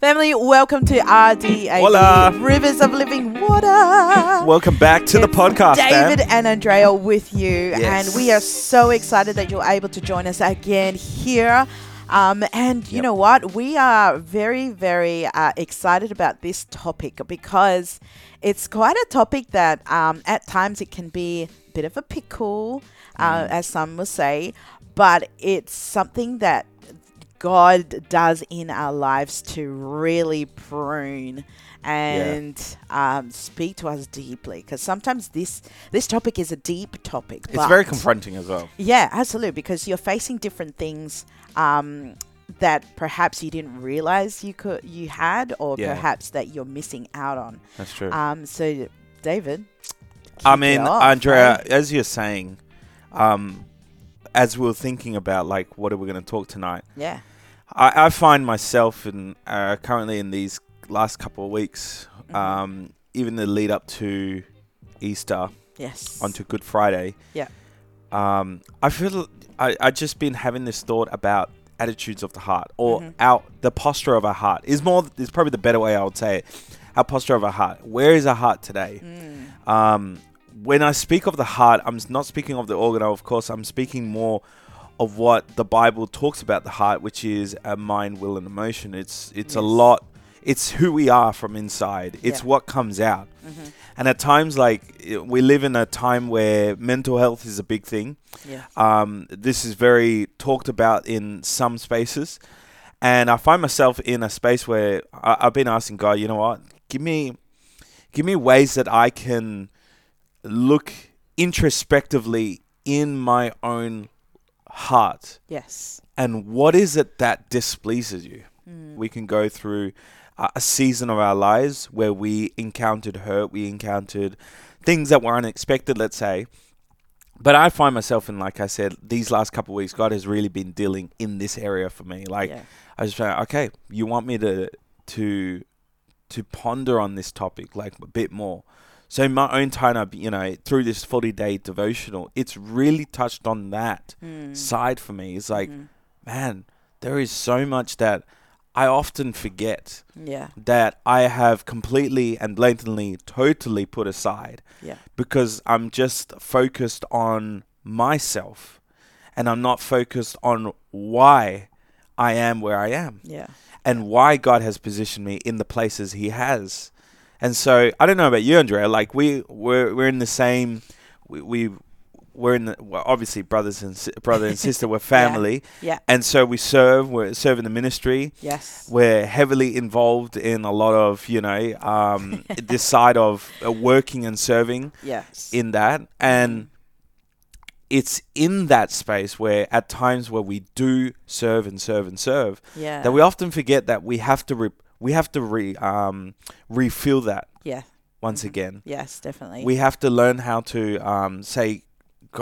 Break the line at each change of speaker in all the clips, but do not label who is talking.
Family, welcome to RDA
Hola.
Rivers of Living Water.
Welcome back to the
It's
podcast,
David
Fam.
and Andrea with you,
Yes.
and we are so excited that you're able to join us again here. Um, and you
Yep.
know what? We are very, very uh, excited about this topic because it's quite a topic that um, at times it can be a bit of a pickle,
Mm.
uh, as some will say, but it's something that God does in our lives to really prune and um, speak to us deeply. Because sometimes this this topic is a deep topic.
It's very
but-
confronting as well.
yeah, absolutely. Because you're facing different things um, that perhaps you didn't realize you could you had, or
Yeah.
perhaps that you're missing out on.
That's true.
Um, so, David.
I
kick
mean,
it off,
Andrea,
eh?
as you're saying, um, as we were thinking about like what are we going to talk tonight,
Yeah.
I, I find myself in uh, currently in these last couple of weeks,
Mhm.
um, even the lead up to Easter
Yes.
onto Good Friday.
Yeah.
Um, I feel I I just been having this thought about attitudes of the heart or
Mhm.
our the posture of our heart is more is probably the better way I would say it. Our posture of our heart. Where is our heart today?
Mm.
Um, when I speak of the heart, I'm s- not speaking of the organ, of course. I'm speaking more of what the Bible talks about the heart, which is a mind, will, and emotion. It's it's a
Yes.
lot. It's who we are from inside. It's
Yeah.
what comes out.
Mhm.
And at times, like i- we live in a time where mental health is a big thing.
Yeah.
Um, this is very talked about in some spaces, and I find myself in a space where I, I've been asking God, you know what? Give me, give me ways that I can look introspectively in my own heart,
Yes. Mm.
and what is it that displeases you? We can go through a a season of our lives where we encountered hurt, we encountered things that were unexpected, let's say. But I find myself in, like I said, these last couple of weeks, God has really been dealing in this area for me. Like
Yeah.
I just found, okay, you want me to to to ponder on this topic like a bit more. So in my own time, I've, you know, through this forty day devotional, it's really touched on that
Mm.
side for me. It's like
Mhm.
man, there is so much that I often forget
Yeah.
that I have completely and blatantly, totally put aside
Yeah.
because I'm just focused on myself and I'm not focused on why I am where I am
Yeah.
and why God has positioned me in the places He has. And so I don't know about you, Andrea. Like we we're we're in the same we. we we're in the, well, obviously brothers and si- brother and sister. We're family,
Yeah.
and so we serve. We're serving the ministry.
Yes.
We're heavily involved in a lot of you know um, this side of uh, working and serving
Yes.
in that, and it's in that space where at times where we do serve and serve and serve
yeah.
that we often forget that we have to re- we have to re- um, refill that
yeah.
once
Mhm.
again.
Yes. Definitely.
We have to learn how to um, say,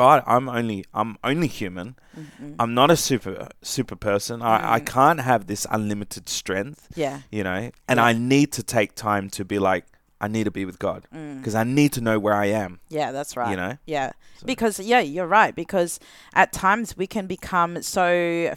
God, I'm only I'm only human.
Mhm.
I'm not a super super person. I, I
Mhm.
can't have this unlimited strength,
yeah.
you know. And
Yeah.
I need to take time to be like, I need to be with God
Mm.
because I need to know where I am.
Yeah. That's right. Mm-hmm.
You know.
Yeah.
So-
Because, yeah, you're right. Because at times we can become so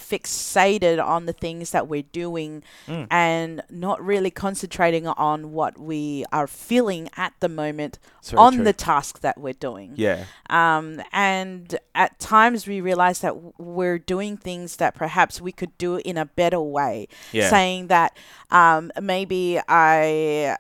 fixated on the things that we're doing
Mm.
and not really concentrating on what we are feeling at the moment
It's very
on
true.
the task that we're doing.
yeah,
Um, and at times we realize that w- we're doing things that perhaps we could do in a better way.
yeah,
Saying that um, maybe I.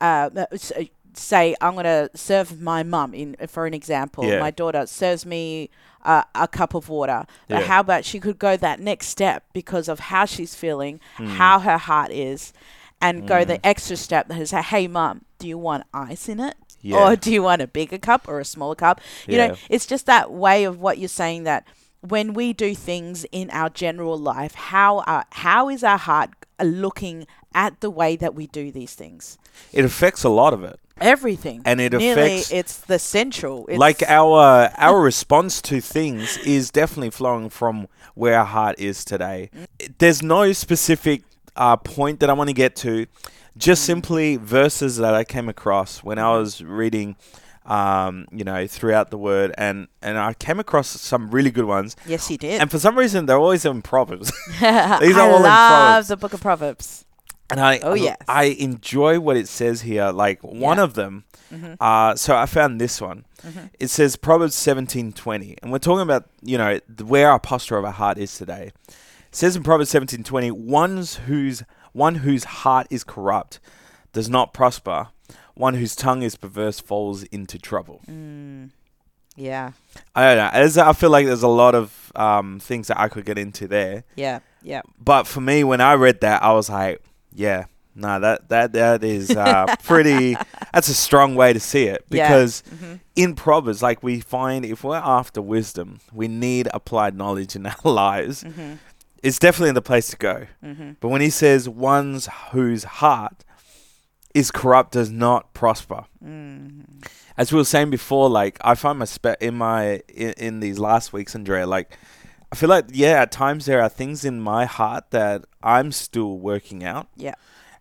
Uh, s- uh, say I'm gonna serve my mum in for an example.
Yeah.
My daughter serves me uh, a cup of water, but
Yeah.
how about she could go that next step because of how she's feeling,
Hmm.
how her heart is, and go the extra step and say, "Hey, mum, do you want ice in it?"
yeah.
or do you want a bigger cup or a smaller cup? You
Yeah.
know, it's just that way of what you're saying that when we do things in our general life, how are, how is our heart uh, looking at the way that we do these things?
it affects a lot of it,
Everything.
and it
Nearly,
affects
it's the central. It's,
like uh, our our response to things is definitely flowing from where our heart is today.
Mm.
There's no specific uh, point that I want to get to, just
Mm.
simply verses that I came across when
Mm-hmm.
I was reading, um, you know, throughout the Word, and and I came across some really good ones.
yes, you did.
And for some reason, they're always in Proverbs.
I
all in
love
Proverbs.
the book of Proverbs.
And I,
Oh,
I-
yes.
I enjoy what it says here. Like one of them,
Mm-hmm.
uh, so I found this one. It says Proverbs seventeen twenty, and we're talking about you know th- where our posture of our heart is today. It says in Proverbs seventeen twenty, one's whose one whose heart is corrupt does not prosper. One whose tongue is perverse falls into trouble.
Mm. Yeah.
I don't know. As I feel like there's a lot of um, things that I could get into there.
Yeah. Yeah.
But for me, when I read that, I was like, yeah, nah, that that that is uh, pretty. That's a strong way to see it
Yeah.
because
Mhm.
in Proverbs, like we find, if we're after wisdom, we need applied knowledge in our lives.
Mhm.
It's definitely the place to go.
Mhm.
But when he says, "One's whose heart is corrupt does not prosper,"
Mm.
as we were saying before, like I find my spe- in my in, in these last weeks, Andrea, like I feel like yeah, at times there are things in my heart that I'm still working out.
Yeah.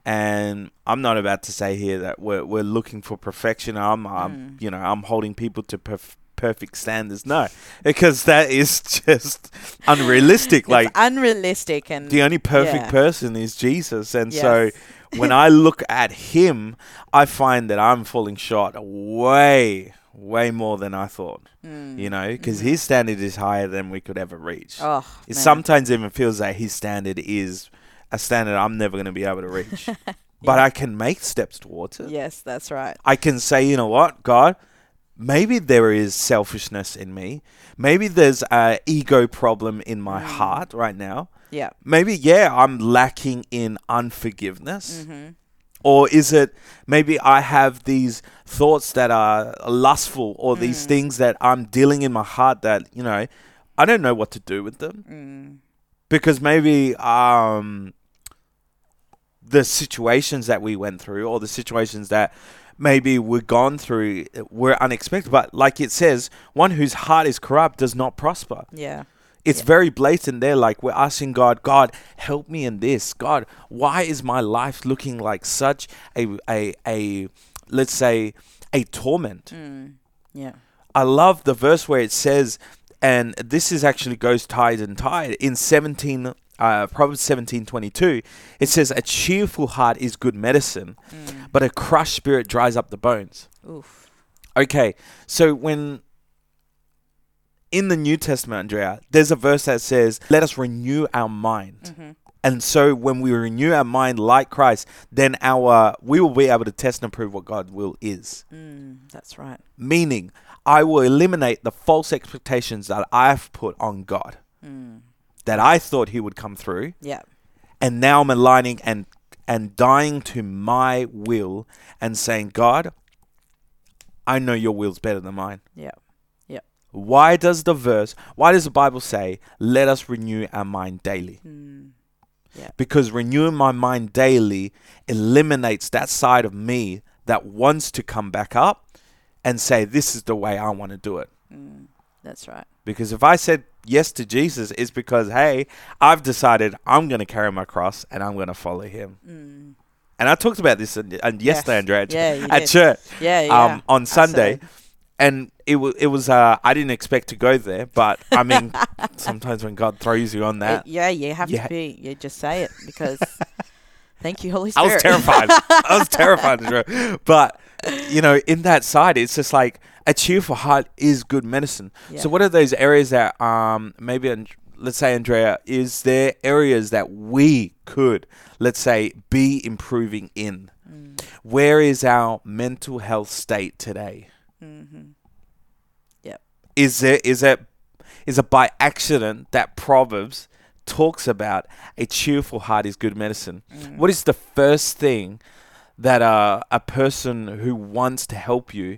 And I'm not about to say here that we're we're looking for perfection. I'm, I'm
Mm.
you know I'm holding people to perf- perfect standards. No, because that is just unrealistic. like
it's unrealistic and
the only perfect
Yeah.
person is Jesus. And
Yes.
so when I look at him, I find that I'm falling short way, way more than I thought,
Mm.
you know, because his standard is higher than we could ever reach.
Oh,
it
man.
sometimes even feels like his standard is a standard I'm never going to be able to reach. But I can make steps towards it.
yes, that's right.
I can say, you know what, God, maybe there is selfishness in me. Maybe there's a ego problem in my
Mm.
heart right now
Yeah.
maybe yeah i'm lacking in unforgiveness
hmm
or is it maybe i have these thoughts that are lustful or these things that i'm dealing in my heart that you know i don't know what to do with them
Mm.
because maybe um the situations that we went through or the situations that maybe we're gone through were unexpected but like it says one whose heart is corrupt does not prosper
Yeah.
it's very blatant there. Like we're asking God, God, help me in this. God, why is my life looking like such a a a let's say a torment?
Mm. Yeah.
I love the verse where it says, and this is actually goes tied and tied in seventeen. Uh, Proverbs seventeen twenty two, it says, "A cheerful heart is good medicine,
Mm.
but a crushed spirit dries up the bones."
Oof.
Okay, so when in the New Testament, Andrea, there's a verse that says, "Let us renew our mind."
hmm
And so when we renew our mind like Christ, then our we will be able to test and prove what God will is.
Mm. That's right.
Meaning, I will eliminate the false expectations that I've put on God
Mm.
that I thought he would come through,
Yeah.
and now I'm aligning and and dying to my will and saying, "God, I know your will's better than mine."
Yeah.
Why does the verse, why does the Bible say, let us renew our mind daily?
Mm.
Because renewing my mind daily eliminates that side of me that wants to come back up and say, this is the way I want to do it.
Mm. That's right.
Because if I said yes to Jesus, it's because, hey, I've decided I'm going to carry my cross and I'm going to follow him.
Mm.
And I talked about this in, and yesterday, Andrea, at,
Yeah, you
at
did.
church
Yeah. Yeah.
um, on Sunday. And it, w- it was, uh, I didn't expect to go there, but I mean, sometimes when God throws you on
Uh,
that,
yeah, you have
Yeah.
to be. You just say it because. thank you, Holy
I
Spirit.
was terrified. I was terrified. Andrew. But you know, in that side, it's just like a cheerful heart is good medicine.
Yeah.
So, what are those areas that um maybe And- let's say Andrea is there areas that we could let's say be improving in?
Mm.
Where is our mental health state today?
mm-hmm.
Is there is it is it by accident that Proverbs talks about a cheerful heart is good medicine?
Mm.
What is the first thing that uh, a person who wants to help you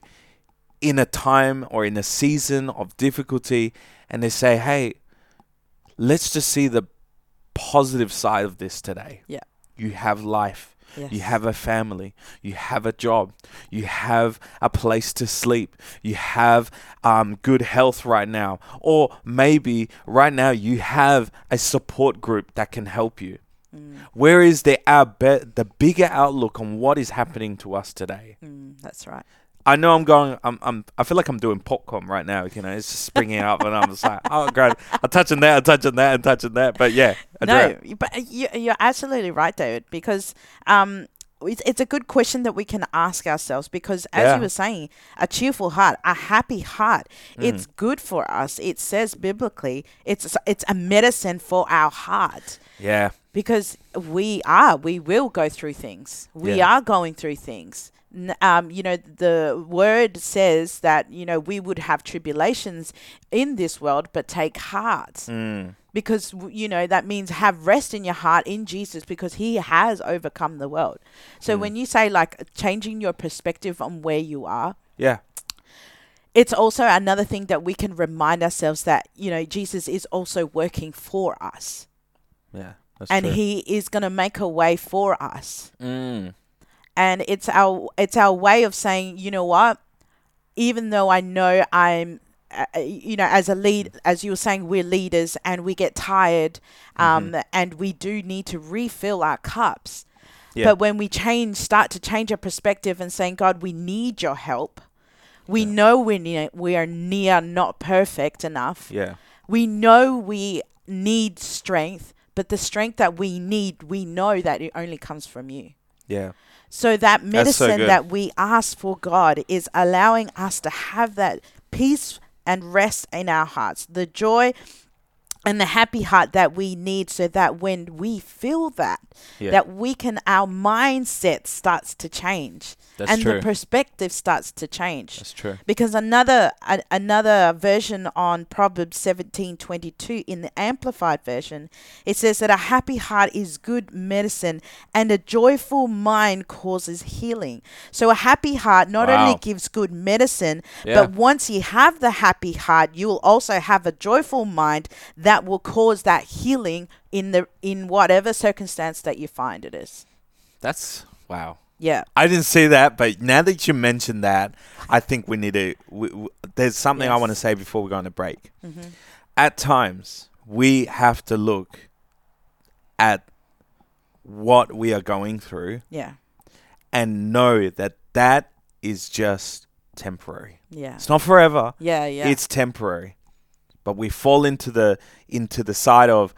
in a time or in a season of difficulty and they say, hey, let's just see the positive side of this today?
Yeah.
You have life.
Yes.
You have a family. You have a job. You have a place to sleep. You have um, good health right now. Or maybe right now you have a support group that can help you.
Mm,
Where is the our be- the bigger outlook on what is happening to us today?
mm, that's right.
I know I'm going. I'm. I'm. I feel like I'm doing popcorn right now. You know, it's just springing up, and I'm just like, oh, great. I'm touching that. I'm touching that. I'm touching that. But yeah, I
No,
do.
you- but you, you're absolutely right, David, because um, it's, it's a good question that we can ask ourselves because, as
Yeah.
you were saying, a cheerful heart, a happy heart, it's good for us. It says biblically, it's it's a medicine for our heart
Yeah.
because we are we will go through things we
Yeah.
are going through things N- um, you know the word says that you know we would have tribulations in this world but take heart because w- you know that means have rest in your heart in jesus because he has overcome the world so when you say like changing your perspective on where you are
Yeah.
it's also another thing that we can remind ourselves that you know jesus is also working for us
Yeah. That's
and
true.
he is going to make a way for us
Mm.
and it's our it's our way of saying you know what even though i know i'm uh, uh, you know as a lead as you were saying we're leaders and we get tired um, and we do need to refill our cups
Yeah.
but when we change start to change our perspective and saying god we need your help we know we're near, we are near not perfect enough
Yeah.
we know we need strength but the strength that we need we know that it only comes from you
Yeah.
so that
That's so
medicine
good.
that we ask for God is allowing us to have that peace and rest in our hearts, the joy and the happy heart that we need so that when we feel that
Yeah.
that we can our mindset starts to change
That's
and
true.
the perspective starts to change
That's true.
because another a, another version on proverbs 17:22 in the amplified version it says that a happy heart is good medicine and a joyful mind causes healing so a happy heart not
Wow.
only gives good medicine
Yeah.
but once you have the happy heart you will also have a joyful mind that will cause that healing in the in whatever circumstance that you find it is
That's wow.
yeah
I didn't see that, but now that you mentioned that, I think we need to. We, w there's something I
Yes.
want to say before we go on a break. At times, we have to look at what we are going through
yeah
and know that that is just temporary.
yeah
It's not forever.
yeah yeah
It's temporary. But we fall into the into the side of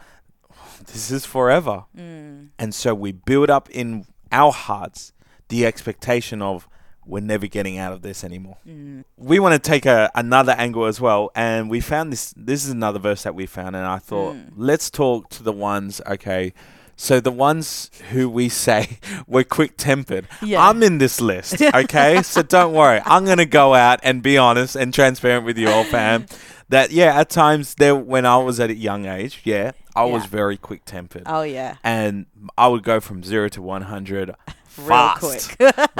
this is forever.
Mm.
And so we build up in our hearts the expectation of we're never getting out of this anymore.
Mm.
We want to take a, another angle as well and we found this this is another verse that we found and I thought
Mm.
let's talk to the ones okay so the ones who we say were quick tempered.
Yeah.
I'm in this list, okay? so don't worry. I'm going to go out and be honest and transparent with you all, fam. That yeah, at times there when I was at a young age, yeah, I was
Yeah.
very quick tempered
oh yeah
and I would go from zero to one hundred
Real
fast.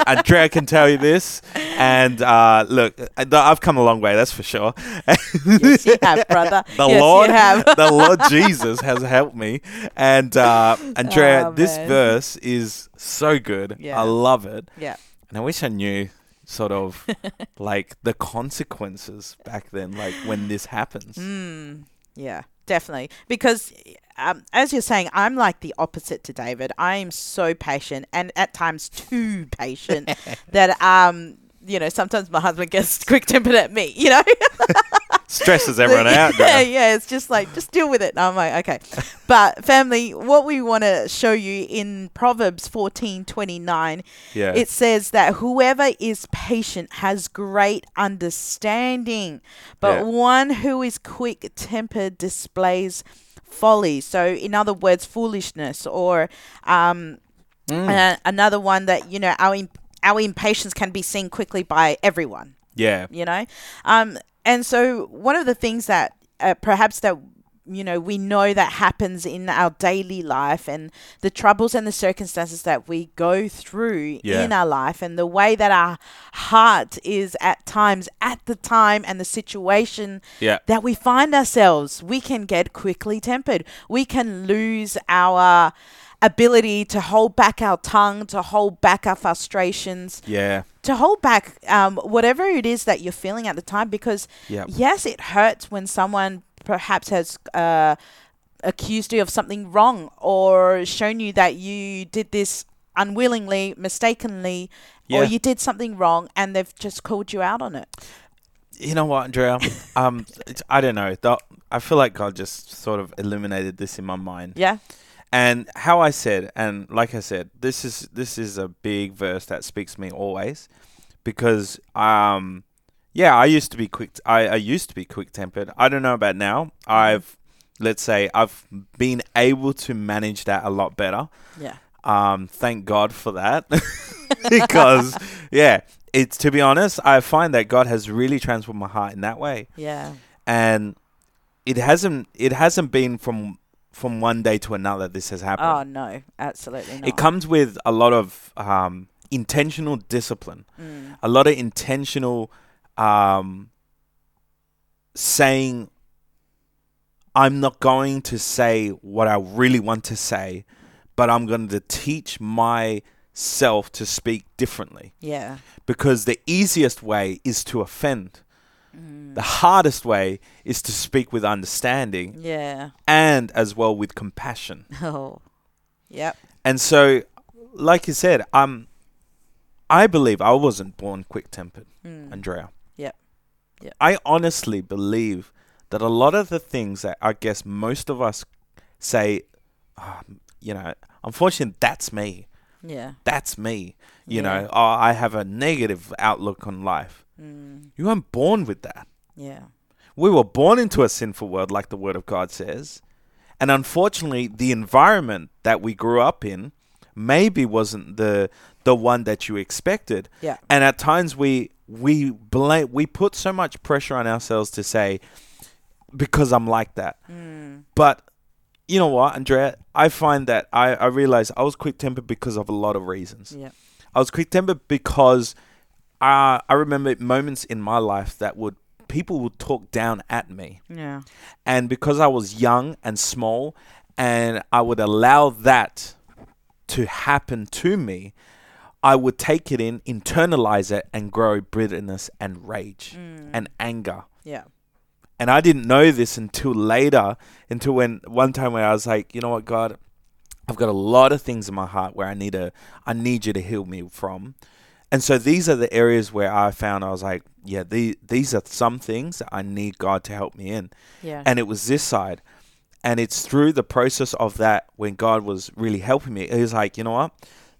Andrea can tell you this, and uh, look, I- I've come a long way. That's for sure.
yes, you have, brother.
The
yes,
Lord,
you have.
the Lord Jesus has helped me, and uh, Andrea,
Oh,
this
man.
verse is so good.
Yeah.
I love it,
yeah,
and I wish I knew sort of like the consequences back then, like when this happens.
Mm. yeah, definitely. Because, um, as you're saying, I'm like the opposite to David. I am so patient, and at times too patient that um, you know, sometimes my husband gets quick tempered at me. You know.
Stresses
The-
everyone out.
Yeah,
girl.
yeah. It's just like just deal with it. And I'm like, okay. But family, what we want to show you in Proverbs fourteen twenty nine,
Yeah.
it says that whoever is patient has great understanding, but
Yeah.
one who is quick tempered displays folly. So, in other words, foolishness or um,
Mm.
uh, another one that you know our imp- our impatience can be seen quickly by everyone
yeah.
you know um and so one of the things that uh, perhaps that you know we know that happens in our daily life and the troubles and the circumstances that we go through
Yeah.
in our life and the way that our heart is at times at the time and the situation
Yeah.
that we find ourselves we can get quickly tempered we can lose our ability to hold back our tongue to hold back our frustrations
Yeah.
to hold back um, whatever it is that you're feeling at the time because
Yep.
yes it hurts when someone perhaps has uh, accused you of something wrong or shown you that you did this unwillingly, mistakenly,
Yeah.
or you did something wrong and they've just called you out on it.
You know what, Andrea? um, it's, I don't know. The, I feel like God just sort of eliminated this in my mind.
Yeah.
And how I said, and like I said, this is this is a big verse that speaks to me always, because um, yeah, I used to be quick. I I used to be quick tempered. I don't know about now. I've let's say I've been able to manage that a lot better.
Yeah.
Um, thank God for that, because yeah, it's to be honest, I find that God has really transformed my heart in that way
Yeah.
and it hasn't it hasn't been from from one day to another this has
Oh
happened
no, absolutely not.
it comes with a lot of um, intentional discipline
Mm.
a lot of intentional um, saying i'm not going to say what i really want to say but i'm going to teach myself to speak differently
Yeah.
because the easiest way is to offend
Mm.
the hardest way is to speak with understanding
Yeah.
and as well with compassion.
Oh. Yep.
And so, like you said, um, I believe I wasn't born quick tempered,
Mm.
Andrea.
Yep. Yep.
I honestly believe that a lot of the things that I guess most of us say, um, you know, unfortunately, that's me.
Yeah.
That's me. You
Yeah.
know, oh, I have a negative outlook on life.
Mm.
You weren't born with that.
Yeah.
We were born into a sinful world, like the Word of God says. And unfortunately, the environment that we grew up in maybe wasn't the the one that you expected.
Yeah.
And at times we we blame we put so much pressure on ourselves to say because I'm like that.
Mm.
But you know what, Andrea? I find that I, I realized I was quick tempered because of a lot of reasons.
Yep.
I was quick tempered because uh, I remember moments in my life that would people would talk down at me,
Yeah.
and because I was young and small, and I would allow that to happen to me, I would take it in, internalize it, and grow bitterness and rage
Mm.
and anger.
Yeah.
And I didn't know this until later, until when one time when I was like, you know what, God, I've got a lot of things in my heart where I need a, I need you to heal me from. And so these are the areas where I found I was like, yeah, these these are some things that I need God to help me in.
Yeah.
And it was this side. And it's through the process of that when God was really helping me. It was like, you know what?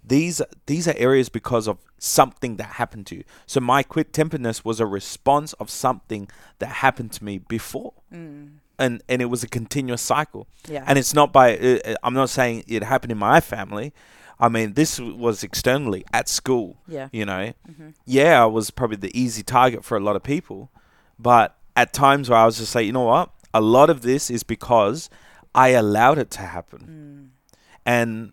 These these are areas because of something that happened to you. So my quick temperedness was a response of something that happened to me before.
mm.
And and it was a continuous cycle.
Yeah.
And it's not by uh, uh, I'm not saying it happened in my family. I mean, this was externally at school,
yeah.
you know
Mm-hmm.
yeah, I was probably the easy target for a lot of people. But at times where I was just like, you know what? A lot of this is because I allowed it to happen.
Mm.
And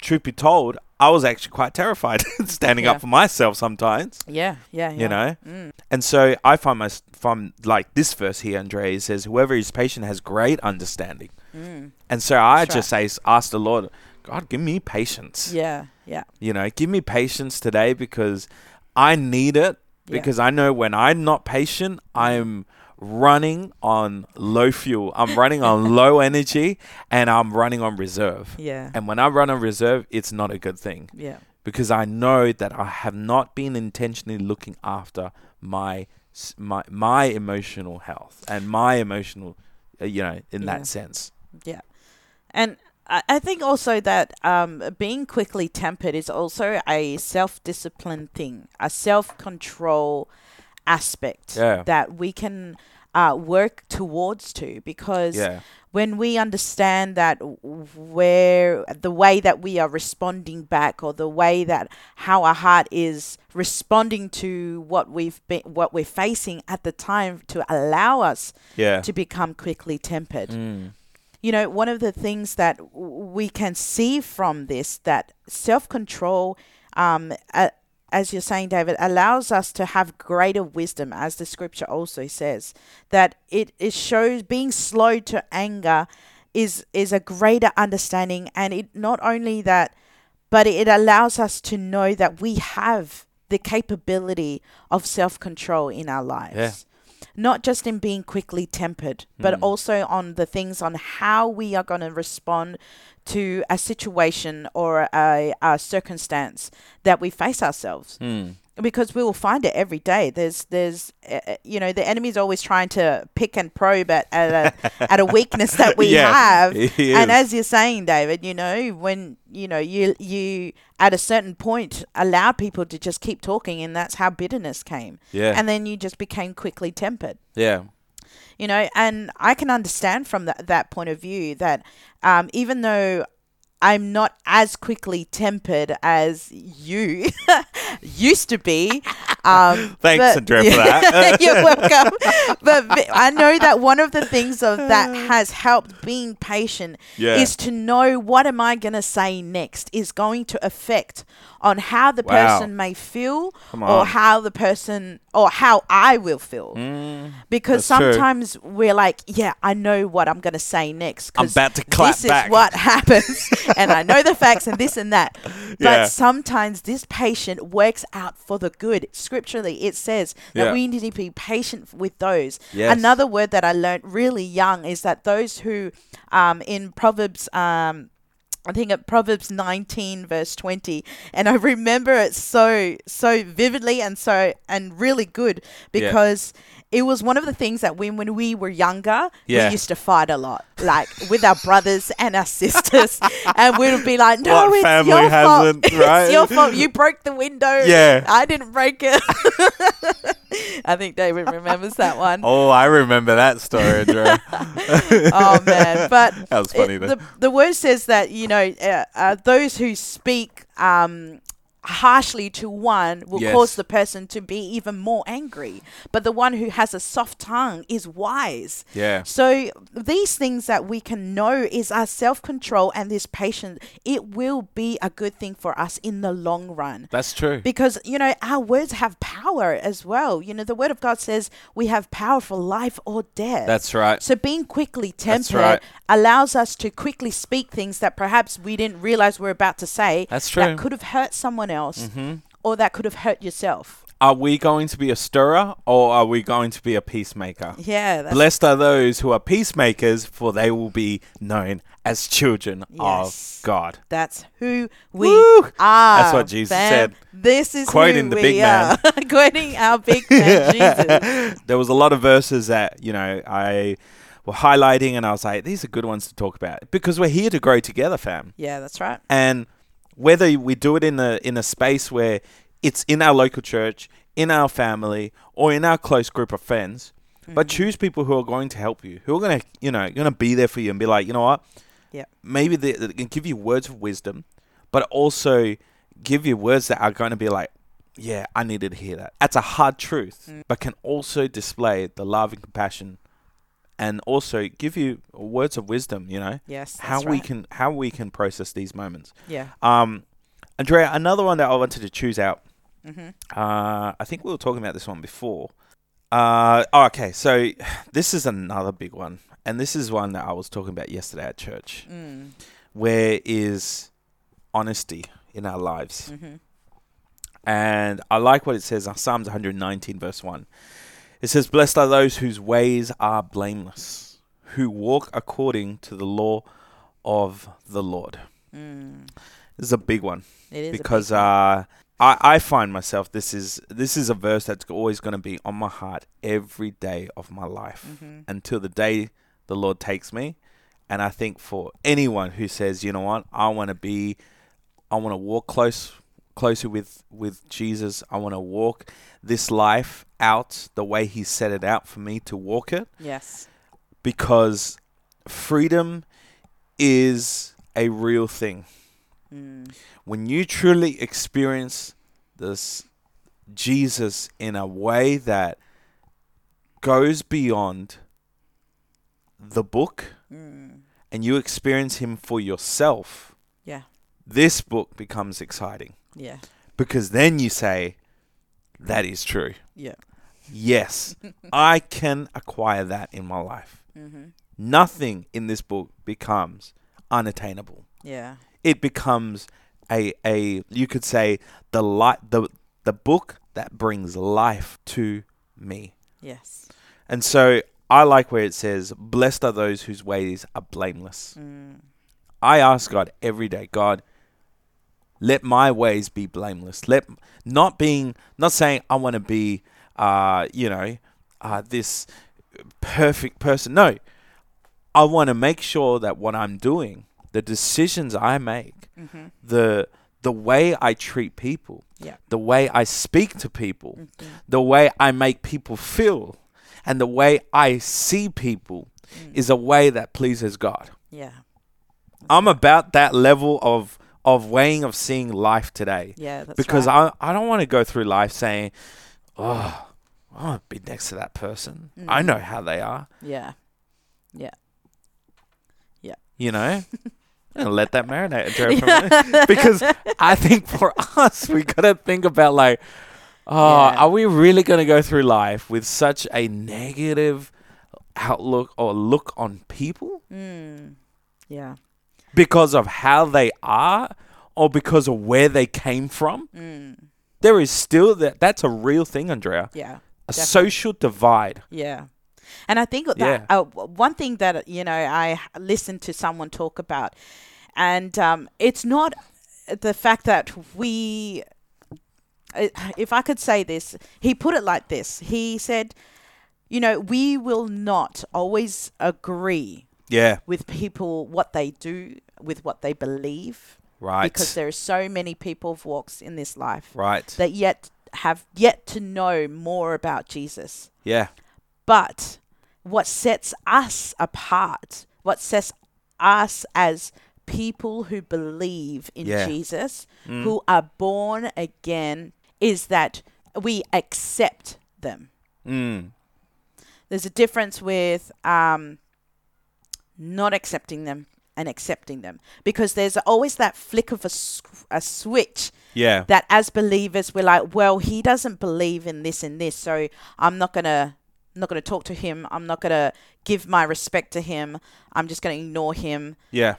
truth be told, I was actually quite terrified standing
Yeah.
up for myself sometimes,
Yeah. Yeah.
you know?
Mm.
And so I find my, find like this verse here, Andrea it says, whoever is patient has great understanding.
Mm.
And so I
That's
just say, ask the Lord, God, give me patience.
Yeah. Yeah.
You know, give me patience today because I need it
Yeah. Mm-hmm.
because I know when I'm not patient, I'm running on low fuel. I'm running on low energy and I'm running on reserve.
Yeah.
And when I run on reserve, it's not a good thing
Yeah.
because I know that I have not been intentionally looking after my s- my my emotional health and my emotional uh, you know in
Yeah.
that sense.
And I I think also that um, being quickly tempered is also a self discipline thing, a self control aspect
Yeah.
that we can uh, work towards to because
Yeah.
when we understand that w- where the way that we are responding back or the way that how our heart is responding to what we've been what we're facing at the time to allow us
Yeah.
to become quickly tempered
Mm.
you know one of the things that w- we can see from this that self-control um, a as you're saying david allows us to have greater wisdom as the scripture also says that it, it shows being slow to anger is is a greater understanding and it not only that but it allows us to know that we have the capability of self-control in our lives not just in being quickly tempered, but
Hmm.
also on the things on how we are going to respond to a situation or a, a circumstance that we face ourselves.
Hmm. mm.
Because we will find it every day. There's, there's, uh, uh, you know, the enemy's always trying to pick and probe at at a, at a weakness that we
Yeah,
have.
he
And
is.
as you're saying, David, you know, when you know you you at a certain point allowed people to just keep talking, and that's how bitterness came.
Yeah.
And then you just became quickly tempered
Yeah.
you know and i can understand from that, that point of view that um, even though i'm not as quickly tempered as you used to be um,
Thanks,
but-
Andrea, for that.
you're welcome but vi- i know that one of the things of that has helped being patient
Yeah.
is to know what am i going to say next is going to affect on how the
Wow.
person may feel
Come
or
on. Mm.
how the person or how i will feel because
That's true.
sometimes we're like, yeah, I know what I'm going to say next. 'cause
about to clap
This
back."
is what happens, and I know the facts and this and that. But
Yeah.
sometimes this patient works out for the good. Scripturally, it says that
Yeah.
we need to be patient with those.
Yes.
Another word that I learned really young is that those who, um, in Proverbs, um, I think at Proverbs 19 verse 20 and I remember it so so vividly and so and really good because it was one of the things that when when we were younger
Yeah.
we used to fight a lot like with our brothers and our sisters and we would be like no
What
it's
family
your
hasn't,
fault
right?"
it's your fault you broke the window
Yeah.
I didn't break it I think David remembers that one.
Oh, I remember that story, Andrea.
oh man but
That was funny
it-
though.
the, the word says that you know uh, uh, those who speak um harshly to one will
Yes.
cause the person to be even more angry but the one who has a soft tongue is wise
Yeah.
so these things that we can know is our self-control and this patience it will be a good thing for us in the long run
That's true.
because you know our words have power as well you know the word of god says we have power for life or death
That's right.
so being quickly tempered
right.
allows us to quickly speak things that perhaps we didn't realize we're about to say
That's true. Mm-hmm.
that could have hurt someone else or that could have hurt yourself
Are we going to be a stirrer or are we going to be a peacemaker?
yeah that's
Blessed are those who are peacemakers, for they will be known as children
Yes.
of God.
That's who we
Woo!
are. That's
what Jesus said.
This is
Quoting
who
the
we
big man.
are. Quoting our big man Jesus.
there was a lot of verses that you know I were highlighting, and I was like, these are good ones to talk about because we're here to grow together, fam.
Yeah, that's right.
And whether we do it in a in a space where it's in our local church, in our family, or in our close group of friends,
Mm-hmm.
but choose people who are going to help you, who are going to you know going to be there for you and be like, you know what,
Yeah.
maybe they, they can give you words of wisdom, but also give you words that are going to be like, yeah, I needed to hear that. That's a hard truth,
Mm.
but can also display the love and compassion, and also give you words of wisdom. You know,
Yes. That's
how
right.
we can how we can process these moments.
Yeah.
Um, Andrea, another one that I wanted to choose out.
Mhm.
Uh, I think we were talking about this one before. Uh, oh, okay, so this is another big one, and this is one that I was talking about yesterday at church.
Mm.
Where is honesty in our lives?
hmm
And I like what it says in Psalms 119, verse 1. It says, Blessed are those whose ways are blameless, who walk according to the law of the Lord.
Mm.
This is a big one
It is a big
because
one.
uh, I, I find myself this is this is a verse that's always going to be on my heart every day of my life
Mhm.
until the day the Lord takes me. And I think for anyone who says, you know what, I want to be, I want to walk close closer with with Jesus. I want to walk this life out the way He set it out for me to walk it
yes.
because freedom is a real thing
Mm.
when you truly experience this Jesus in a way that goes beyond the book
Mm.
and you experience him for yourself,
Yeah.
this book becomes exciting
Yeah.
because then you say, That is true.
Yeah.
Yes, I can acquire that in my life.
Mm-hmm.
Nothing in this book becomes unattainable.
Yeah.
it becomes a a you could say the light the the book that brings life to me.
Yes.
And so I like where it says, Blessed are those whose ways are blameless.
Mm.
I ask God every day, God, let my ways be blameless. Let not being not saying I want to be uh, you know, uh, this perfect person. No. I want to make sure that what I'm doing, the decisions I make,
Mm-hmm.
the the way I treat people,
Yeah. Mm.
the way I speak to people,
Mm-hmm.
the way I make people feel, and the way I see people is a way that pleases God.
Mm-hmm. Yeah.
I'm about that level of of weighing of seeing life today.
Yeah. That's
because
right.
I I don't want to go through life saying, "Oh, I want to be next to that person.
Mm.
I know how they are."
yeah.
you know and let that marinate and drive from it. because i think for us we gotta think about like oh
Yeah.
are we really gonna go through life with such a negative outlook or look on people
Mm. Yeah.
because of how they are or because of where they came from
Mm.
there is still that that's a real thing andrea
Yeah.
a
Definitely.
social divide
Yeah. And I think that
Yeah.
uh, w- one thing that, you know, I h- listened to someone talk about, and um, it's not the fact that we, I- if I could say this, he put it like this. He said, you know, we will not always agree
yeah
with people what they do, with what they believe,
right
because there are so many people of walks in this life
right
that yet have yet to know more about Jesus.
yeah
But what sets us apart, what sets us as people who believe in
Yeah. Mm.
Jesus, who are born again, is that we accept them.
mm.
There's a difference with um, not accepting them and accepting them because there's always that flick of a, s- a switch
yeah
that as believers we're like well he doesn't believe in this and this so i'm not gonna not gonna talk to him i'm not gonna give my respect to him i'm just gonna ignore him
yeah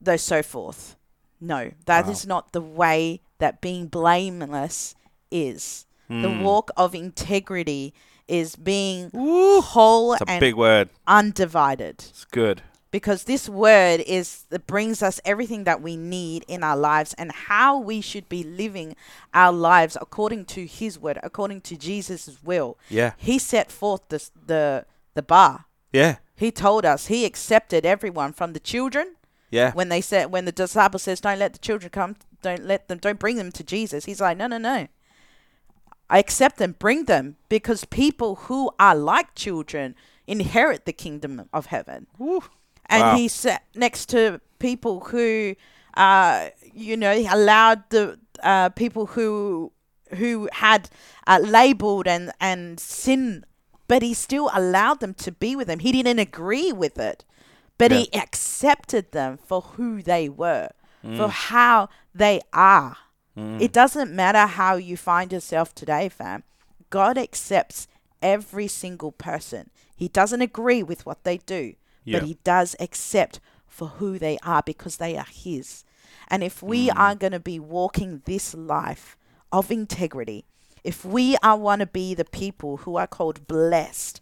though so forth no that is
Wow.
not the way that being blameless is
Hmm.
the walk of integrity is being whole
it's a
and
big word
undivided
it's good
because this word is that brings us everything that we need in our lives and how we should be living our lives according to his word according to jesus' will
yeah
he set forth this, the the bar
yeah
he told us he accepted everyone from the children
yeah
when they said when the disciple says don't let the children come don't let them don't bring them to jesus he's like no no no i accept them bring them because people who are like children inherit the kingdom of heaven
Woo.
and
Wow.
he sat next to people who, uh, you know, he allowed the uh, people who who had uh, labeled and and sin, but he still allowed them to be with him. He didn't agree with it, but he accepted them for who they were, for how they are. It doesn't matter how you find yourself today, fam. God accepts every single person. He doesn't agree with what they do,
Yeah.
but he does accept for who they are because they are his. And if we are going to be walking this life of integrity, if we are want to be the people who are called blessed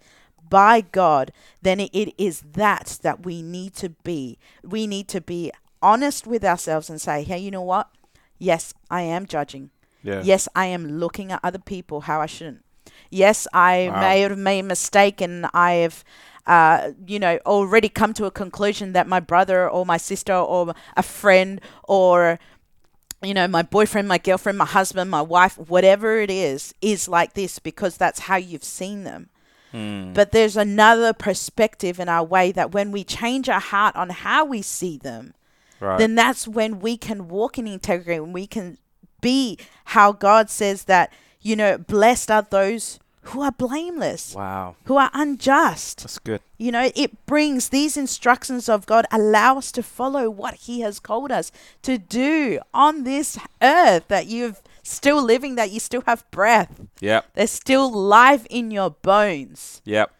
by God, then it- it is that that we need to be. We need to be honest with ourselves and say, "Hey, you know what? Yes, I am judging.
Yeah.
Yes, I am looking at other people how I shouldn't. Yes, I
Wow.
may have made a mistake and I have, uh, you know, already come to a conclusion that my brother or my sister or a friend or, you know, my boyfriend, my girlfriend, my husband, my wife, whatever it is, is like this because that's how you've seen them.
Hmm.
But there's another perspective in our way that when we change our heart on how we see them,
Right.
then that's when we can walk in integrity and we can be how God says that, you know, blessed are those who are blameless,
wow.
who are unjust.
That's good.
You know, it brings these instructions of God, allow us to follow what He has called us to do on this earth that you've still living, that you still have breath.
Yep.
There's still life in your bones.
Yep.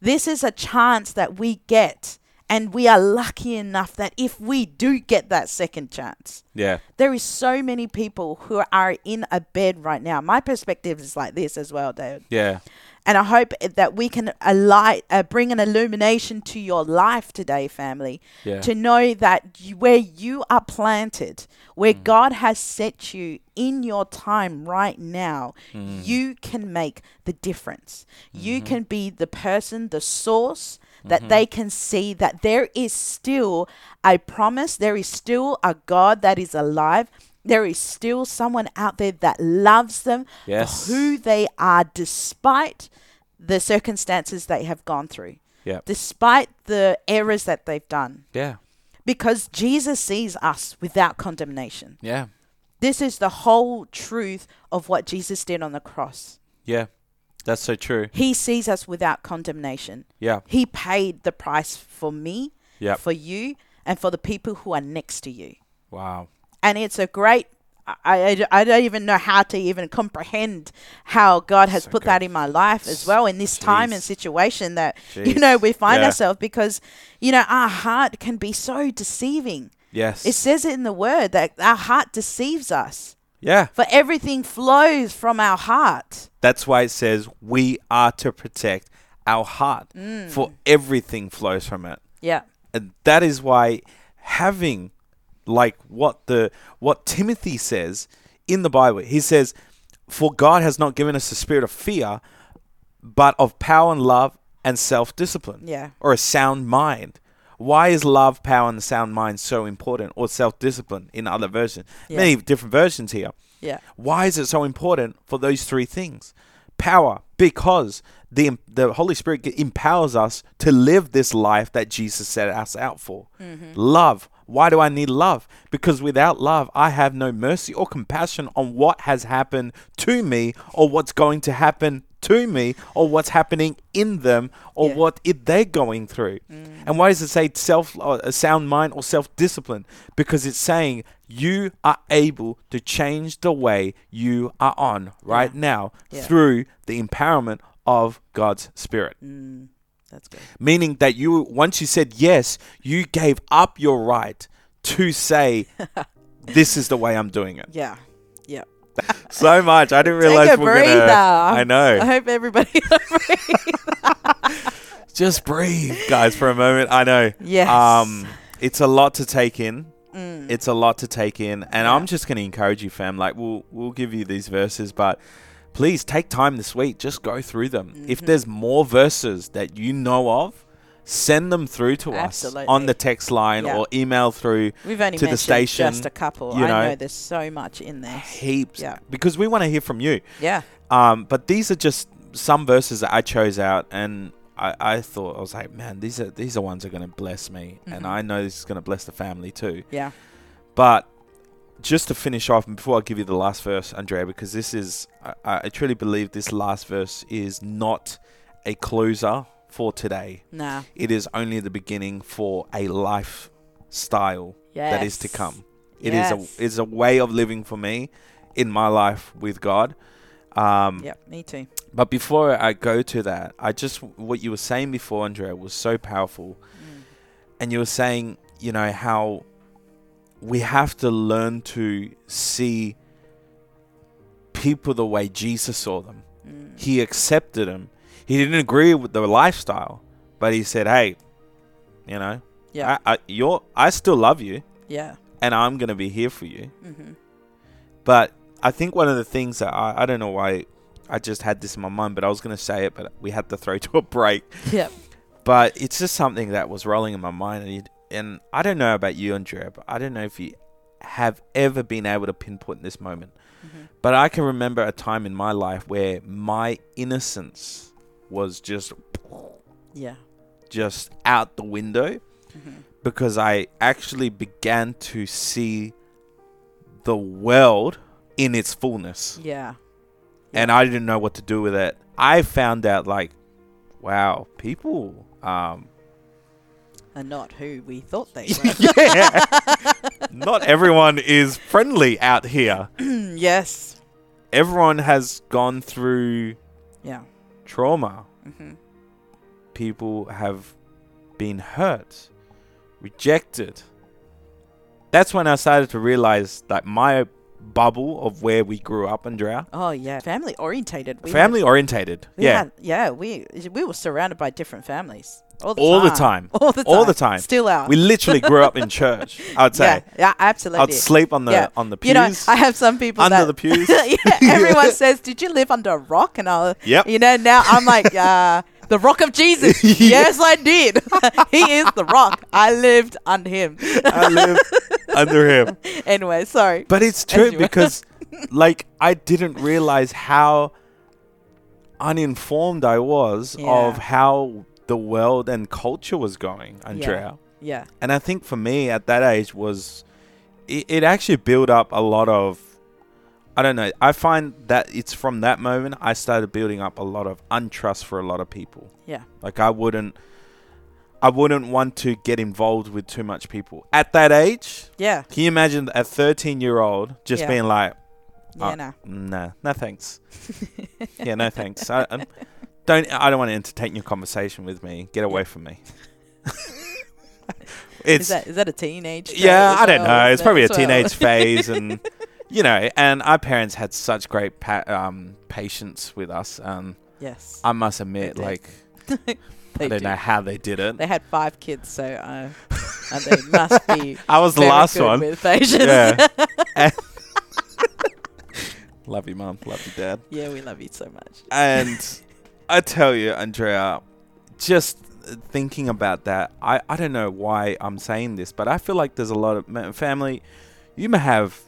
This is a chance that we get. And we are lucky enough that if we do get that second chance,
Yeah.
there is so many people who are in a bed right now. My perspective is like this as well, David.
Yeah.
And I hope that we can alight, uh, bring an illumination to your life today, family,
Yeah.
to know that you, where you are planted, where God has set you in your time right now, you can make the difference. You can be the person, the source that they can see that there is still a promise, there is still a God that is alive. There is still someone out there that loves them
Yes.
for who they are despite the circumstances they have gone through,
Yeah.
despite the errors that they've done.
Yeah.
Because Jesus sees us without condemnation.
Yeah.
This is the whole truth of what Jesus did on the cross.
Yeah. That's so true.
He sees us without condemnation.
Yeah.
He paid the price for me,
Yep.
for you, and for the people who are next to you.
Wow.
And it's a great, I, I, I don't even know how to even comprehend how God has
So
put
good.
that in my life as well in this time and
Jeez.
situation that, you know,
Jeez.
we find
Yeah.
ourselves because, you know, our heart can be so deceiving.
Yes.
It says it in the word that our heart deceives us,
yeah.
for everything flows from our heart.
That's why it says we are to protect our heart,
Mm.
for everything flows from it.
Yeah.
And that is why having like what the what Timothy says in the Bible, he says, For God has not given us a spirit of fear, but of power and love and self discipline.
Yeah.
Or a sound mind. Why is love, power and sound mind so important? Or self discipline in other versions.
Yeah.
Many different versions here.
Yeah.
Why is it so important for those three things? Power, because the the Holy Spirit g- empowers us to live this life that Jesus set us out for. Love. Why do I need love? Because without love, I have no mercy or compassion on what has happened to me, or what's going to happen to me, or what's happening in them, or
Yeah. Mm.
what it, they're going through. And why does it say self, uh, a sound mind or self discipline? Because it's saying you are able to change the way you are on right now
Yeah.
through the empowerment of God's Spirit.
Mm. That's good.
Meaning that you, once you said yes, you gave up your right to say, This is the way I'm doing it.
Yeah. Yeah.
So much. I didn't realize
Take a
we're gonna-
breather.
I know.
I hope everybody.
just breathe, guys, for a moment. I know.
Yes. Mm.
Um, it's a lot to take in. It's a lot to take in, and I'm just going to encourage you, fam. Like we'll we'll give you these verses, but please take time this week. Just go through them. If
Mm-hmm.
there's more verses that you know of, send them through to us on
Absolutely.
the text line
Yeah.
or email through
We've only
to
mentioned
the station.
just a couple.
you
I
know.
know there's so much in there.
heaps,
Yeah.
because we want to hear from you.
Yeah.
Um, but these are just some verses that I chose out, and I, I thought I was like, man, these are these are ones that are going to bless me,
Mm-hmm.
and I know this is going to bless the family too.
Yeah.
But just to finish off, and before I give you the last verse, Andrea, because this is I, I truly believe this last verse is not a closer for today.
Nah.
It is only the beginning for a lifestyle that is to
Yes.
come. It is
Yes.
a is a way of living for me in my life with God. Um,
Yep. Me too.
but before I go to that, I just what you were saying before, Andrea, was so powerful.
Mm.
And you were saying, you know, how we have to learn to see people the way Jesus saw them.
Mm.
He accepted them. He didn't agree with the lifestyle, but he said, "Hey, you know,
Yeah.
I, I you're I still love you,
Yeah.
and I'm gonna be here for you."
Mm-hmm.
But I think one of the things that I, I don't know why I just had this in my mind, but I was going to say it, but we had to throw to a break.
Yep.
But it's just something that was rolling in my mind. And, it- and I don't know about you, Andrea, but I don't know if you have ever been able to pinpoint this moment.
Mm-hmm.
But I can remember a time in my life where my innocence was just
Yeah.
just out the window
Mm-hmm.
because I actually began to see the world in its fullness
Yeah.
and I didn't know what to do with it. I found out like, wow, people. Um,
And not who we thought they were.
yeah, not everyone is friendly out here.
yes.
Everyone has gone through
Yeah.
trauma.
Mm-hmm.
People have been hurt, rejected. That's when I started to realize that my bubble of where we grew up in Drow.
Oh yeah, family orientated. We
Family orientated.
had- we
yeah.
had- yeah. We we were surrounded by different families all the
all
time.
the time.
All the time.
All the time.
Still are.
We literally grew up in church. I would say.
yeah, yeah, absolutely.
I'd sleep on the
Yeah.
on the pews.
You know, I have some people
Under
that-
the pews.
yeah, everyone says, "Did you live under a rock?" And I'll,
Yep.
you know, now I'm like, uh, the rock of Jesus.
Yeah.
Yes, I did. he is the rock. I lived under him.
I lived under him.
anyway, sorry.
But it's true
you were.
because, like, I didn't realize how uninformed I was of
Yeah.
how the world and culture was going, Andrea.
yeah,
And I think for me at that age was, it, it actually built up a lot of, I don't know. I find that it's from that moment I started building up a lot of untrust for a lot of people.
yeah,
Like I wouldn't, I wouldn't want to get involved with too much people at that age.
yeah,
Can you imagine a 13 year old just
Yeah.
being like,
yeah.
oh,
no.
nah, no thanks. yeah, no thanks. I, i don't I don't want to entertain your conversation with me. Get away from me.
Is
it's
that is that a teenage? trait
yeah,
as
I don't
well?
know.
Is
It's
that
probably a
as well?
teenage phase, and you know, and our parents had such great pa- um, patience with us. Um,
yes,
I must admit,
did.
like
they
I don't
do.
know how they did it.
They had five kids, so uh, and they must be.
I was the
very
last
good
one.
with patience.
Yeah. And- love you, mum. Love you, dad.
yeah, we love you so much.
And I tell you, Andrea, just thinking about that, I, I don't know why I'm saying this, but I feel like there's a lot of ma- family. You may have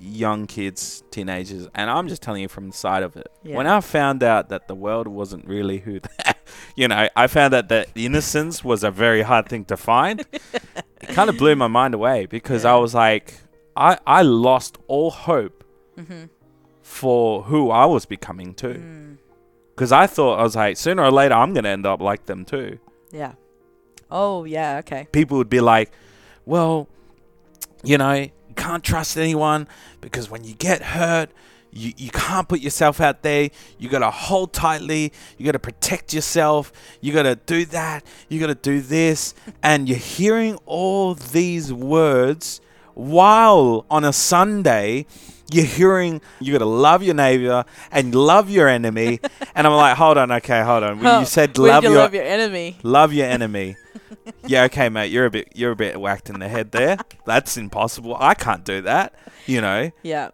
young kids, teenagers, and I'm just telling you from the side of it.
Yeah.
When I found out that the world wasn't really who, that, you know, I found out that innocence was a very hard thing to find. it kind of blew my mind away because I
Yeah.
was like, I, I lost all hope
Mm-hmm.
for who I was becoming too.
Mm.
Because I thought, I was like, sooner or later, I'm going to end up like them too.
Yeah. Oh yeah. Okay.
People would be like, well, you know, you can't trust anyone because when you get hurt, you, you can't put yourself out there. You got to hold tightly. You got to protect yourself. You got to do that. You got to do this. And you're hearing all these words while on a Sunday, you're hearing you got to love your neighbor and love your enemy. and I'm like, hold on, okay, hold on. When
Oh,
you said
when
love
you
your
love your enemy.
Love your enemy. yeah, okay, mate. You're a bit you're a bit whacked in the head there. That's impossible. I can't do that. You know,
Yeah.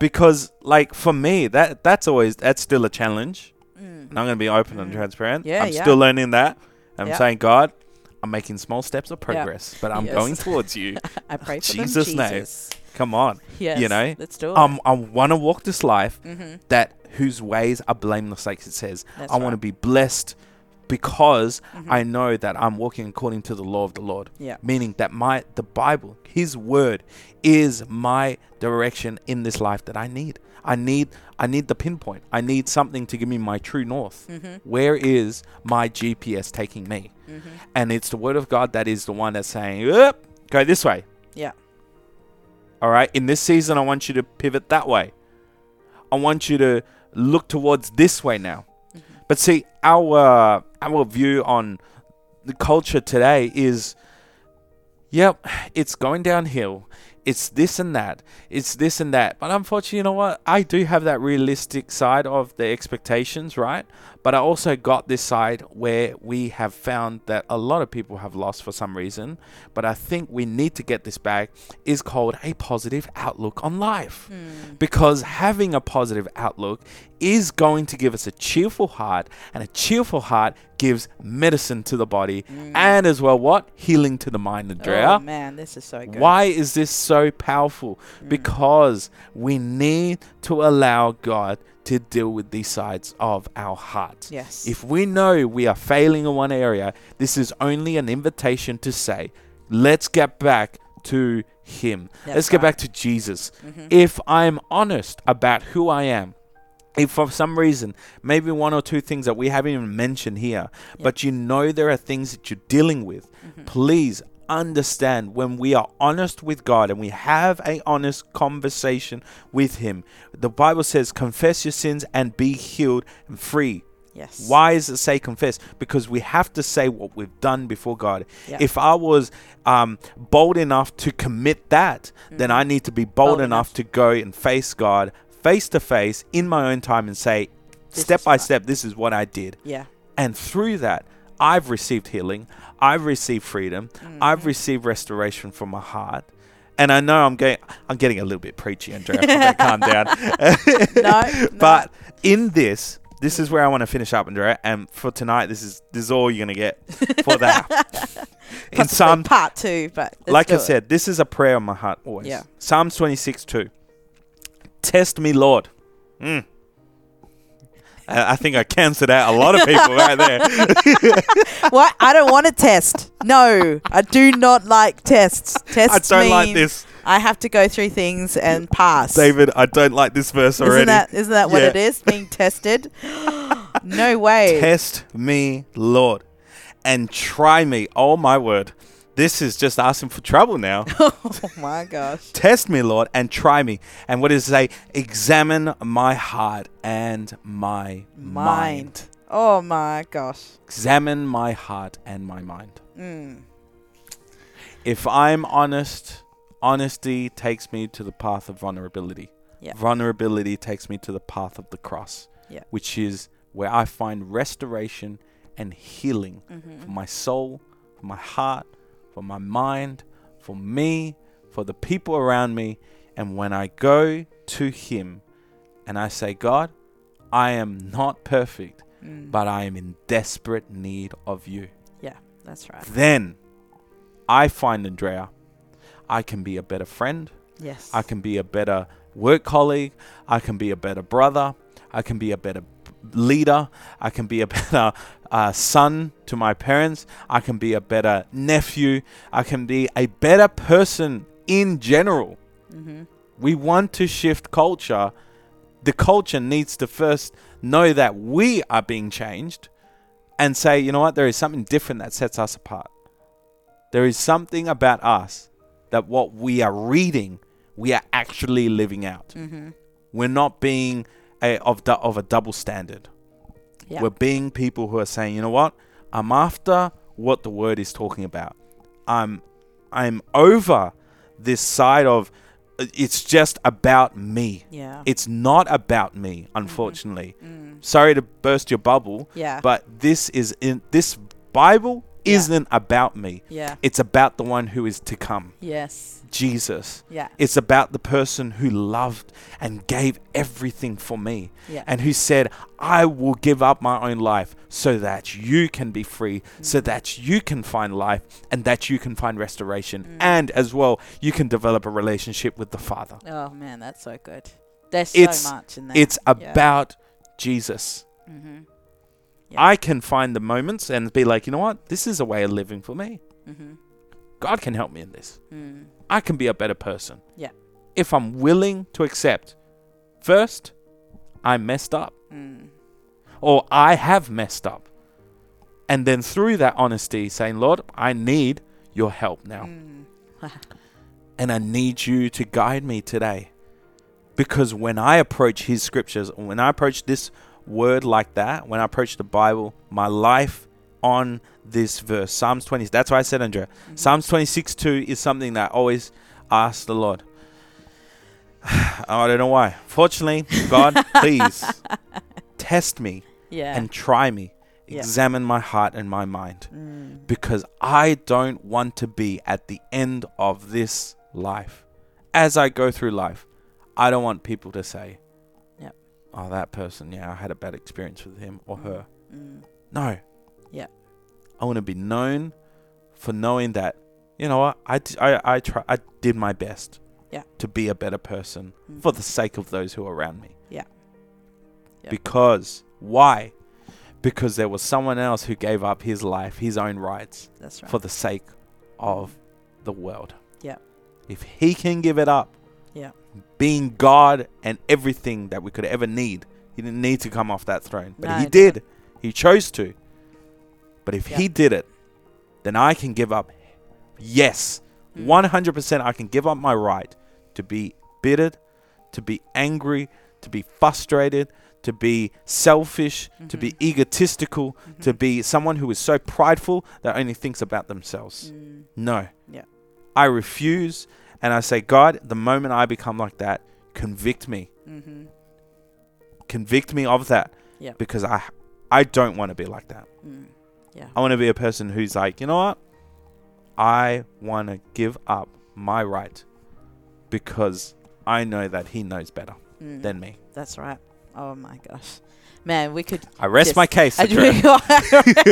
because like for me, that that's always that's still a challenge. And I'm going to be open and transparent.
Yeah,
I'm
yeah.
still learning that. I'm
Yeah.
saying, God, I'm making small steps of progress, but I'm
Yes.
going towards you.
I pray for
Jesus'
them.
name.
Jesus.
Come on.
Yes.
You know,
Let's do it. Mm-hmm.
Um, I want to walk this life that whose ways are blameless, like it says.
That's
I want
right.
to
Mm-hmm.
be blessed because I know that I'm walking according to the law of the Lord.
Yeah.
Meaning that my the Bible, His Word, is my direction in this life that I need. I need I need the pinpoint. I need something to give me my true north. Where is my GPS taking me?
Mm-hmm.
And it's the Word of God that is the one that's saying, "Oop, go this way.
yeah.
All right. In this season, I want you to pivot that way. I want you to look towards this way now. But see, our uh, our view on the culture today is, yep, it's going downhill. It's this and that. It's this and that. But unfortunately, you know what? I do have that realistic side of the expectations, right? But I also got this side where we have found that a lot of people have lost for some reason. But I think we need to get this back is called a positive outlook on life.
Hmm.
Because having a positive outlook is going to give us a cheerful heart, and a cheerful heart gives medicine to the body and as well what? Healing to the mind and drought.
Oh man, this is so good.
Why is this so powerful? Because we need to allow God to deal with these sides of our hearts.
Yes.
If we know we are failing in one area, this is only an invitation to say, let's get back to Him.
That's
let's get
right. Mm-hmm.
back to Jesus. If I'm honest about who I am, if for some reason maybe one or two things that we haven't even mentioned here but you know there are things that you're dealing with
Mm-hmm.
please understand when we are honest with god and we have a honest conversation with him the bible says confess your sins and be healed and free
Yes.
Why is it say confess? Because we have to say what we've done before God.
Yeah.
If I was um, bold enough to commit that, then I need to be bold,
Mm-hmm. Bold
enough,
enough.
to go and face God face to face in my own time and say,
This
step
is
by
what-
step, this is what I did.
Yeah.
And through that, I've received healing, I've received freedom,
Mm. Mm-hmm.
I've received restoration from my heart. And I know I'm getting I'm getting a little bit preachy, Andrea. I'm gonna calm down.
No. no.
But in this, this is where I want to finish up, Andrea. And for tonight, this is this is all you're gonna get for that. in
Possibly
Psalm,
part two, but let's
like
do
I
it.
said, this is a prayer in my heart always.
Yeah.
Psalms 26, 2. Test me, Lord. Mm. I I think I cancelled out a lot of people right there.
what? I don't want to test. No, I do not like tests. Tests
I don't like
mean
this,
I have to go through things and pass.
David. I don't like this verse
isn't
already.
that isn't that what
Yeah.
it is? Being tested? no way.
Test me, Lord, and try me. Oh my word, this is just asking for trouble now.
oh my gosh.
Test me, Lord, and try me. And what does it say? Examine my heart and my mind.
Mind. Oh my gosh.
Examine my heart and my mind.
Mm.
If I'm honest, honesty takes me to the path of vulnerability.
Yeah.
Vulnerability takes me to the path of the cross,
Yeah.
which is where I find restoration and healing
Mm-hmm.
for my soul, for my heart, for my mind, for me, for the people around me. And when I go to Him and I say, God, I am not perfect,
Mm.
but I am in desperate need of you
Yeah, that's right.
then I find Andrea. I can be a better friend.
Yes.
I can be a better work colleague. I can be a better brother. I can be a better leader. I can be a better uh, son to my parents. I can be a better nephew. I can be a better person in general.
Mm-hmm.
We want to shift culture. The culture needs to first know that we are being changed and say, you know what, there is something different that sets us apart. There is something about us that what we are reading, we are actually living out.
Mm-hmm.
We're not being a, of, du- of a double standard.
Yeah.
We're being people who are saying, you know what, I'm after what the word is talking about. I'm I'm over this side of uh, it's just about me.
yeah. Mm.
It's not about me, unfortunately. Sorry to burst your bubble,
yeah.
but this is in this Bible isn't about me.
yeah.
It's about the one who is to come,
Yes.
Jesus.
Yeah.
It's about the person who loved and gave everything for me
Yeah.
and who said, I will give up my own life so that you can be free,
Mm.
so that you can find life and that you can find restoration.
Mm.
And as well, you can develop a relationship with the Father.
oh man, that's so good. There's
It's-
so much in there.
It's
Yeah.
about Jesus.
Mm-hmm. Yeah.
I can find the moments and be like, you know what? This is a way of living for me.
Mm-hmm.
God can help me in this.
Mm.
I can be a better person.
Yeah.
If I'm willing to accept, first, I messed up.
Mm.
or I have messed up. And then through that honesty, saying, Lord, I need your help now.
Mm.
And I need you to guide me today. Because when I approach his scriptures, when I approach this word like that, when I approach the Bible, my life on this verse, Psalms 20, that's why I said, Andrea,
Mm-hmm.
Psalms 26 2 is something that I always ask the Lord. I don't know why. Fortunately, God, please test me
Yeah.
and try me.
Yeah.
Examine my heart and my mind
mm.
because I don't want to be at the end of this life. As I go through life, I don't want people to say,
Yep.
Oh, that person, yeah, I had a bad experience with him or her.
Mm.
No.
Yeah.
I want to be known for knowing that, you know what, I, d- I, I try, I did my best
Yeah.
to be a better person
Mm.
for the sake of those who are around me.
Yeah. Yeah.
Because why? Because there was someone else who gave up his life, his own rights,
That's right.
for the sake of the world.
Yeah.
If he can give it up,
Yeah.
being God and everything that we could ever need, he didn't need to come off that throne, but
No,
he
he didn't.
did. He chose to. But if
Yeah.
he did it, then I can give up. Yes,
Mm.
one hundred percent, I can give up my right to be bittered, to be angry, to be frustrated, to be selfish, to be
Mm-hmm.
egotistical, to be someone who is so prideful that only thinks about themselves. No.
Mm. Yeah.
I refuse and I say, God, the moment I become like that, convict me.
Mm-hmm.
Convict me of that.
Yeah.
Because I I don't want to be like that.
Mm. Yeah.
I want to be a person who's like, you know what? I want to give up my right because I know that he knows better
Mm.
than me.
That's right. Oh my gosh, man, we could.
I rest
Yes.
my case.
And
Citra.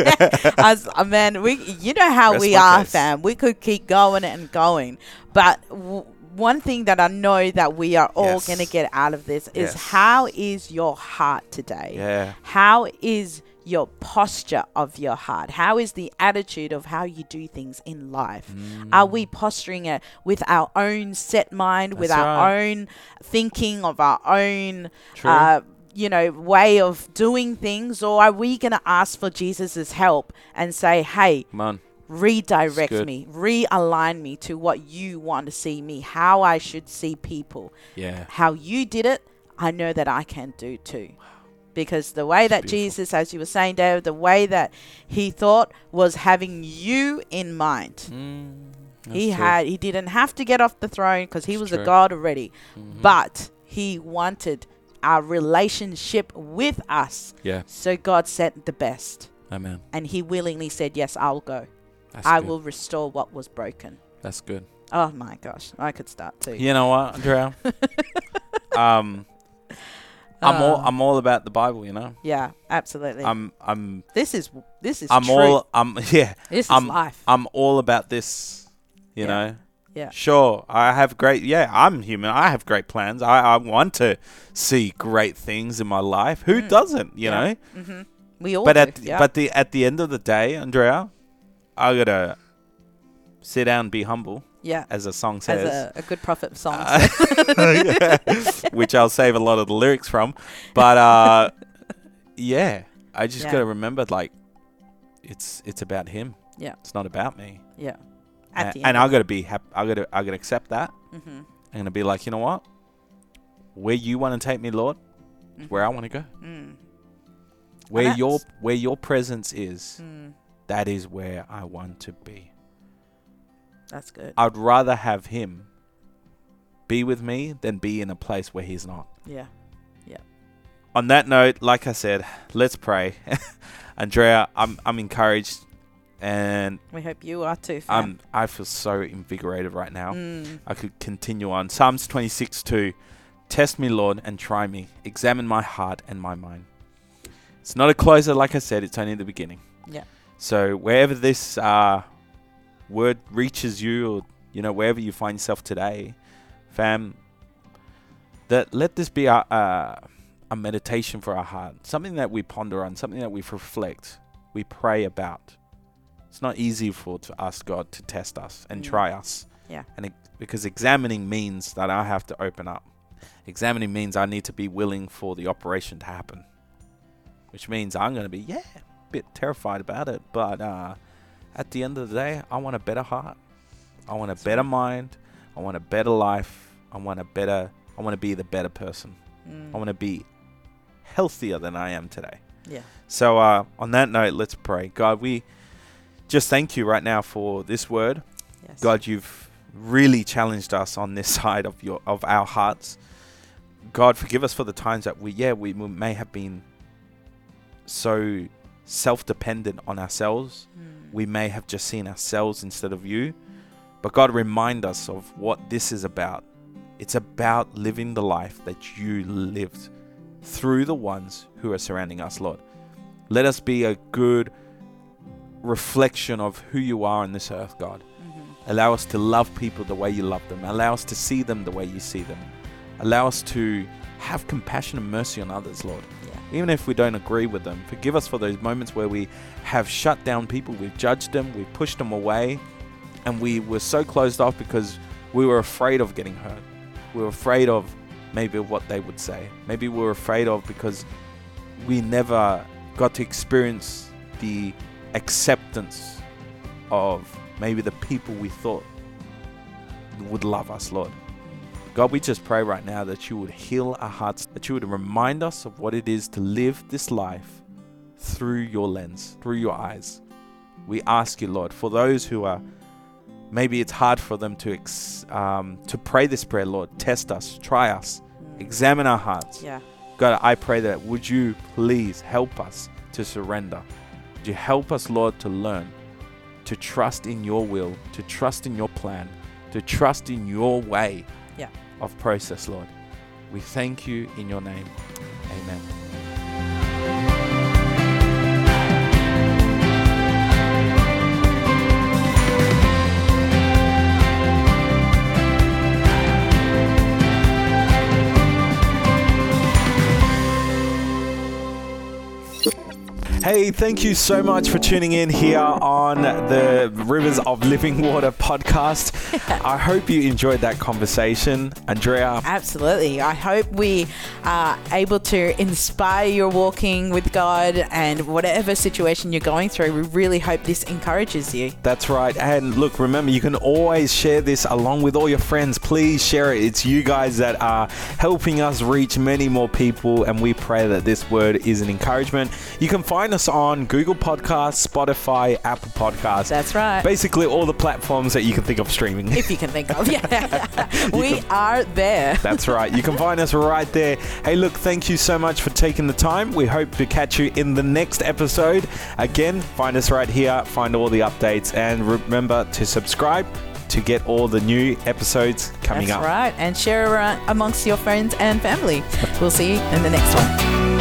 we As, uh, man, we you know how
Rest
we
my
are,
case.
fam. We could keep going and going, but w- one thing that I know that we are all
Yes.
gonna get out of this is
Yes.
how is your heart today?
Yeah.
How is your posture of your heart? How is the attitude of how you do things in life? Are we posturing it with our own set mind, with
Mm. That's
our
right.
own thinking of our own,
True.
uh, you know, way of doing things, or are we going to ask for Jesus's help and say, "Hey,
Come on.
redirect
It's good.
me, realign me to what you want to see me, how I should see people,
Yeah.
how you did it, I know that I can do too. Because the way that
beautiful.
Jesus, as you were saying, David, the way that he thought was having you in mind. Mm. he
that's true.
had he didn't have to get off the throne because he
It's
was a
true. Mm-hmm.
god already, but he wanted our relationship with us.
Yeah.
So God sent the best,
Amen.
and he willingly said, "Yes, I'll go.
That's
I
good.
will restore what was broken."
That's good.
Oh my gosh, I could start too.
You know what, Andrea? um, I'm all
Uh.
I'm all about the Bible. You know,
Yeah, absolutely.
I'm I'm
this is this is
I'm
true.
all I'm yeah.
This
I'm
is life.
I'm all about this. You
Yeah.
know.
Yeah.
Sure, I have great. Yeah, I'm human. I have great plans. I, I want to see great things in my life. Who doesn't? You know.
Mm-hmm. we Mm. all
But
do.
at
yeah.
but the at the end of the day, Andrea, I gotta sit down and be humble,
yeah.
as the song
As
says.
a, a good prophet song.
Uh, which I'll save a lot of the lyrics from. But uh, yeah, I just
Yeah.
gotta remember like it's it's about him.
Yeah.
it's not about me.
yeah.
A-
At the
and
end.
I gotta be happy. I gotta I gotta accept that.
mm-hmm.
I'm gonna be like, you know what? Where you want to take me, Lord, is where I want to go.
Mm.
Where
that's-
your where your presence is,
Mm.
that is where I want to be.
That's good.
I'd rather have him be with me than be in a place where he's not.
Yeah.
on that note, like I said, let's pray. Andrea, I'm I'm encouraged, and
We hope you are too. Fam.
I'm I feel so invigorated right now.
Mm.
I could continue on. Psalms 26 2. Test me, Lord, and try me. Examine my heart and my mind. It's not a closer, like I said, it's only the beginning.
Yeah.
So wherever this uh, word reaches you, or you know wherever you find yourself today, fam, that let this be our, uh, a meditation for our heart, something that we ponder on, something that we reflect, we pray about. It's not easy for to ask God to test us and
Mm.
try us.
Yeah.
And it, because examining means that I have to open up. Examining means I need to be willing for the operation to happen, which means I'm going to be yeah, a bit terrified about it. But uh, at the end of the day, I want a better heart. I want a better mind. I want a better life. I want a better. I want to be the better person.
Mm.
I want to be healthier than I am today.
Yeah.
So, uh, on that note, let's pray. God, we just thank you right now for this word.
Yes.
God, you've really challenged us on this side of your of our hearts. God, forgive us for the times that we yeah we m- may have been so self dependent on ourselves.
Mm.
We may have just seen ourselves instead of you. But God, remind us of what this is about. It's about living the life that you lived through the ones who are surrounding us, Lord. Let us be a good reflection of who you are on this earth, God.
Mhm.
Allow us to love people the way you love them. Allow us to see them the way you see them. Allow us to have compassion and mercy on others, Lord.
Yeah.
Even if we don't agree with them, forgive us for those moments where we have shut down people, we've judged them, we've pushed them away, and we were so closed off because we were afraid of getting hurt. We were afraid of maybe what they would say. Maybe we were afraid of because we never got to experience the acceptance of maybe the people we thought would love us, Lord. God, we just pray right now that you would heal our hearts, that you would remind us of what it is to live this life through your lens, through your eyes. We ask you, Lord, for those who are maybe it's hard for them to ex- um, to pray this prayer, Lord, test us, try us, examine our hearts.
mm. Yeah.
God, I pray that would you please help us to surrender? Would you help us, Lord, to learn to trust in your will, to trust in your plan, to trust in your way
Yeah.
of process, Lord. We thank you in your name. Amen. Hey, thank you so much for tuning in here on the Rivers of Living Water podcast. I hope you enjoyed that conversation. Andrea,
Absolutely. I hope we are able to inspire your walking with God and whatever situation you're going through. We really hope this encourages you.
That's right. And look, remember, you can always share this along with all your friends. Please share it. It's you guys that are helping us reach many more people, and we pray that this word is an encouragement. You can find us on Google Podcasts, Spotify, Apple Podcasts.
That's right.
Basically, all the platforms that you can think of streaming.
if you can think of. Yeah. we are there.
That's right. You can find us right there. Hey, look, thank you so much for taking the time. We hope to catch you in the next episode. Again, find us right here, find all the updates, and remember to subscribe to get all the new episodes coming
That's
up.
right. And share around amongst your friends and family. We'll see you in the next one.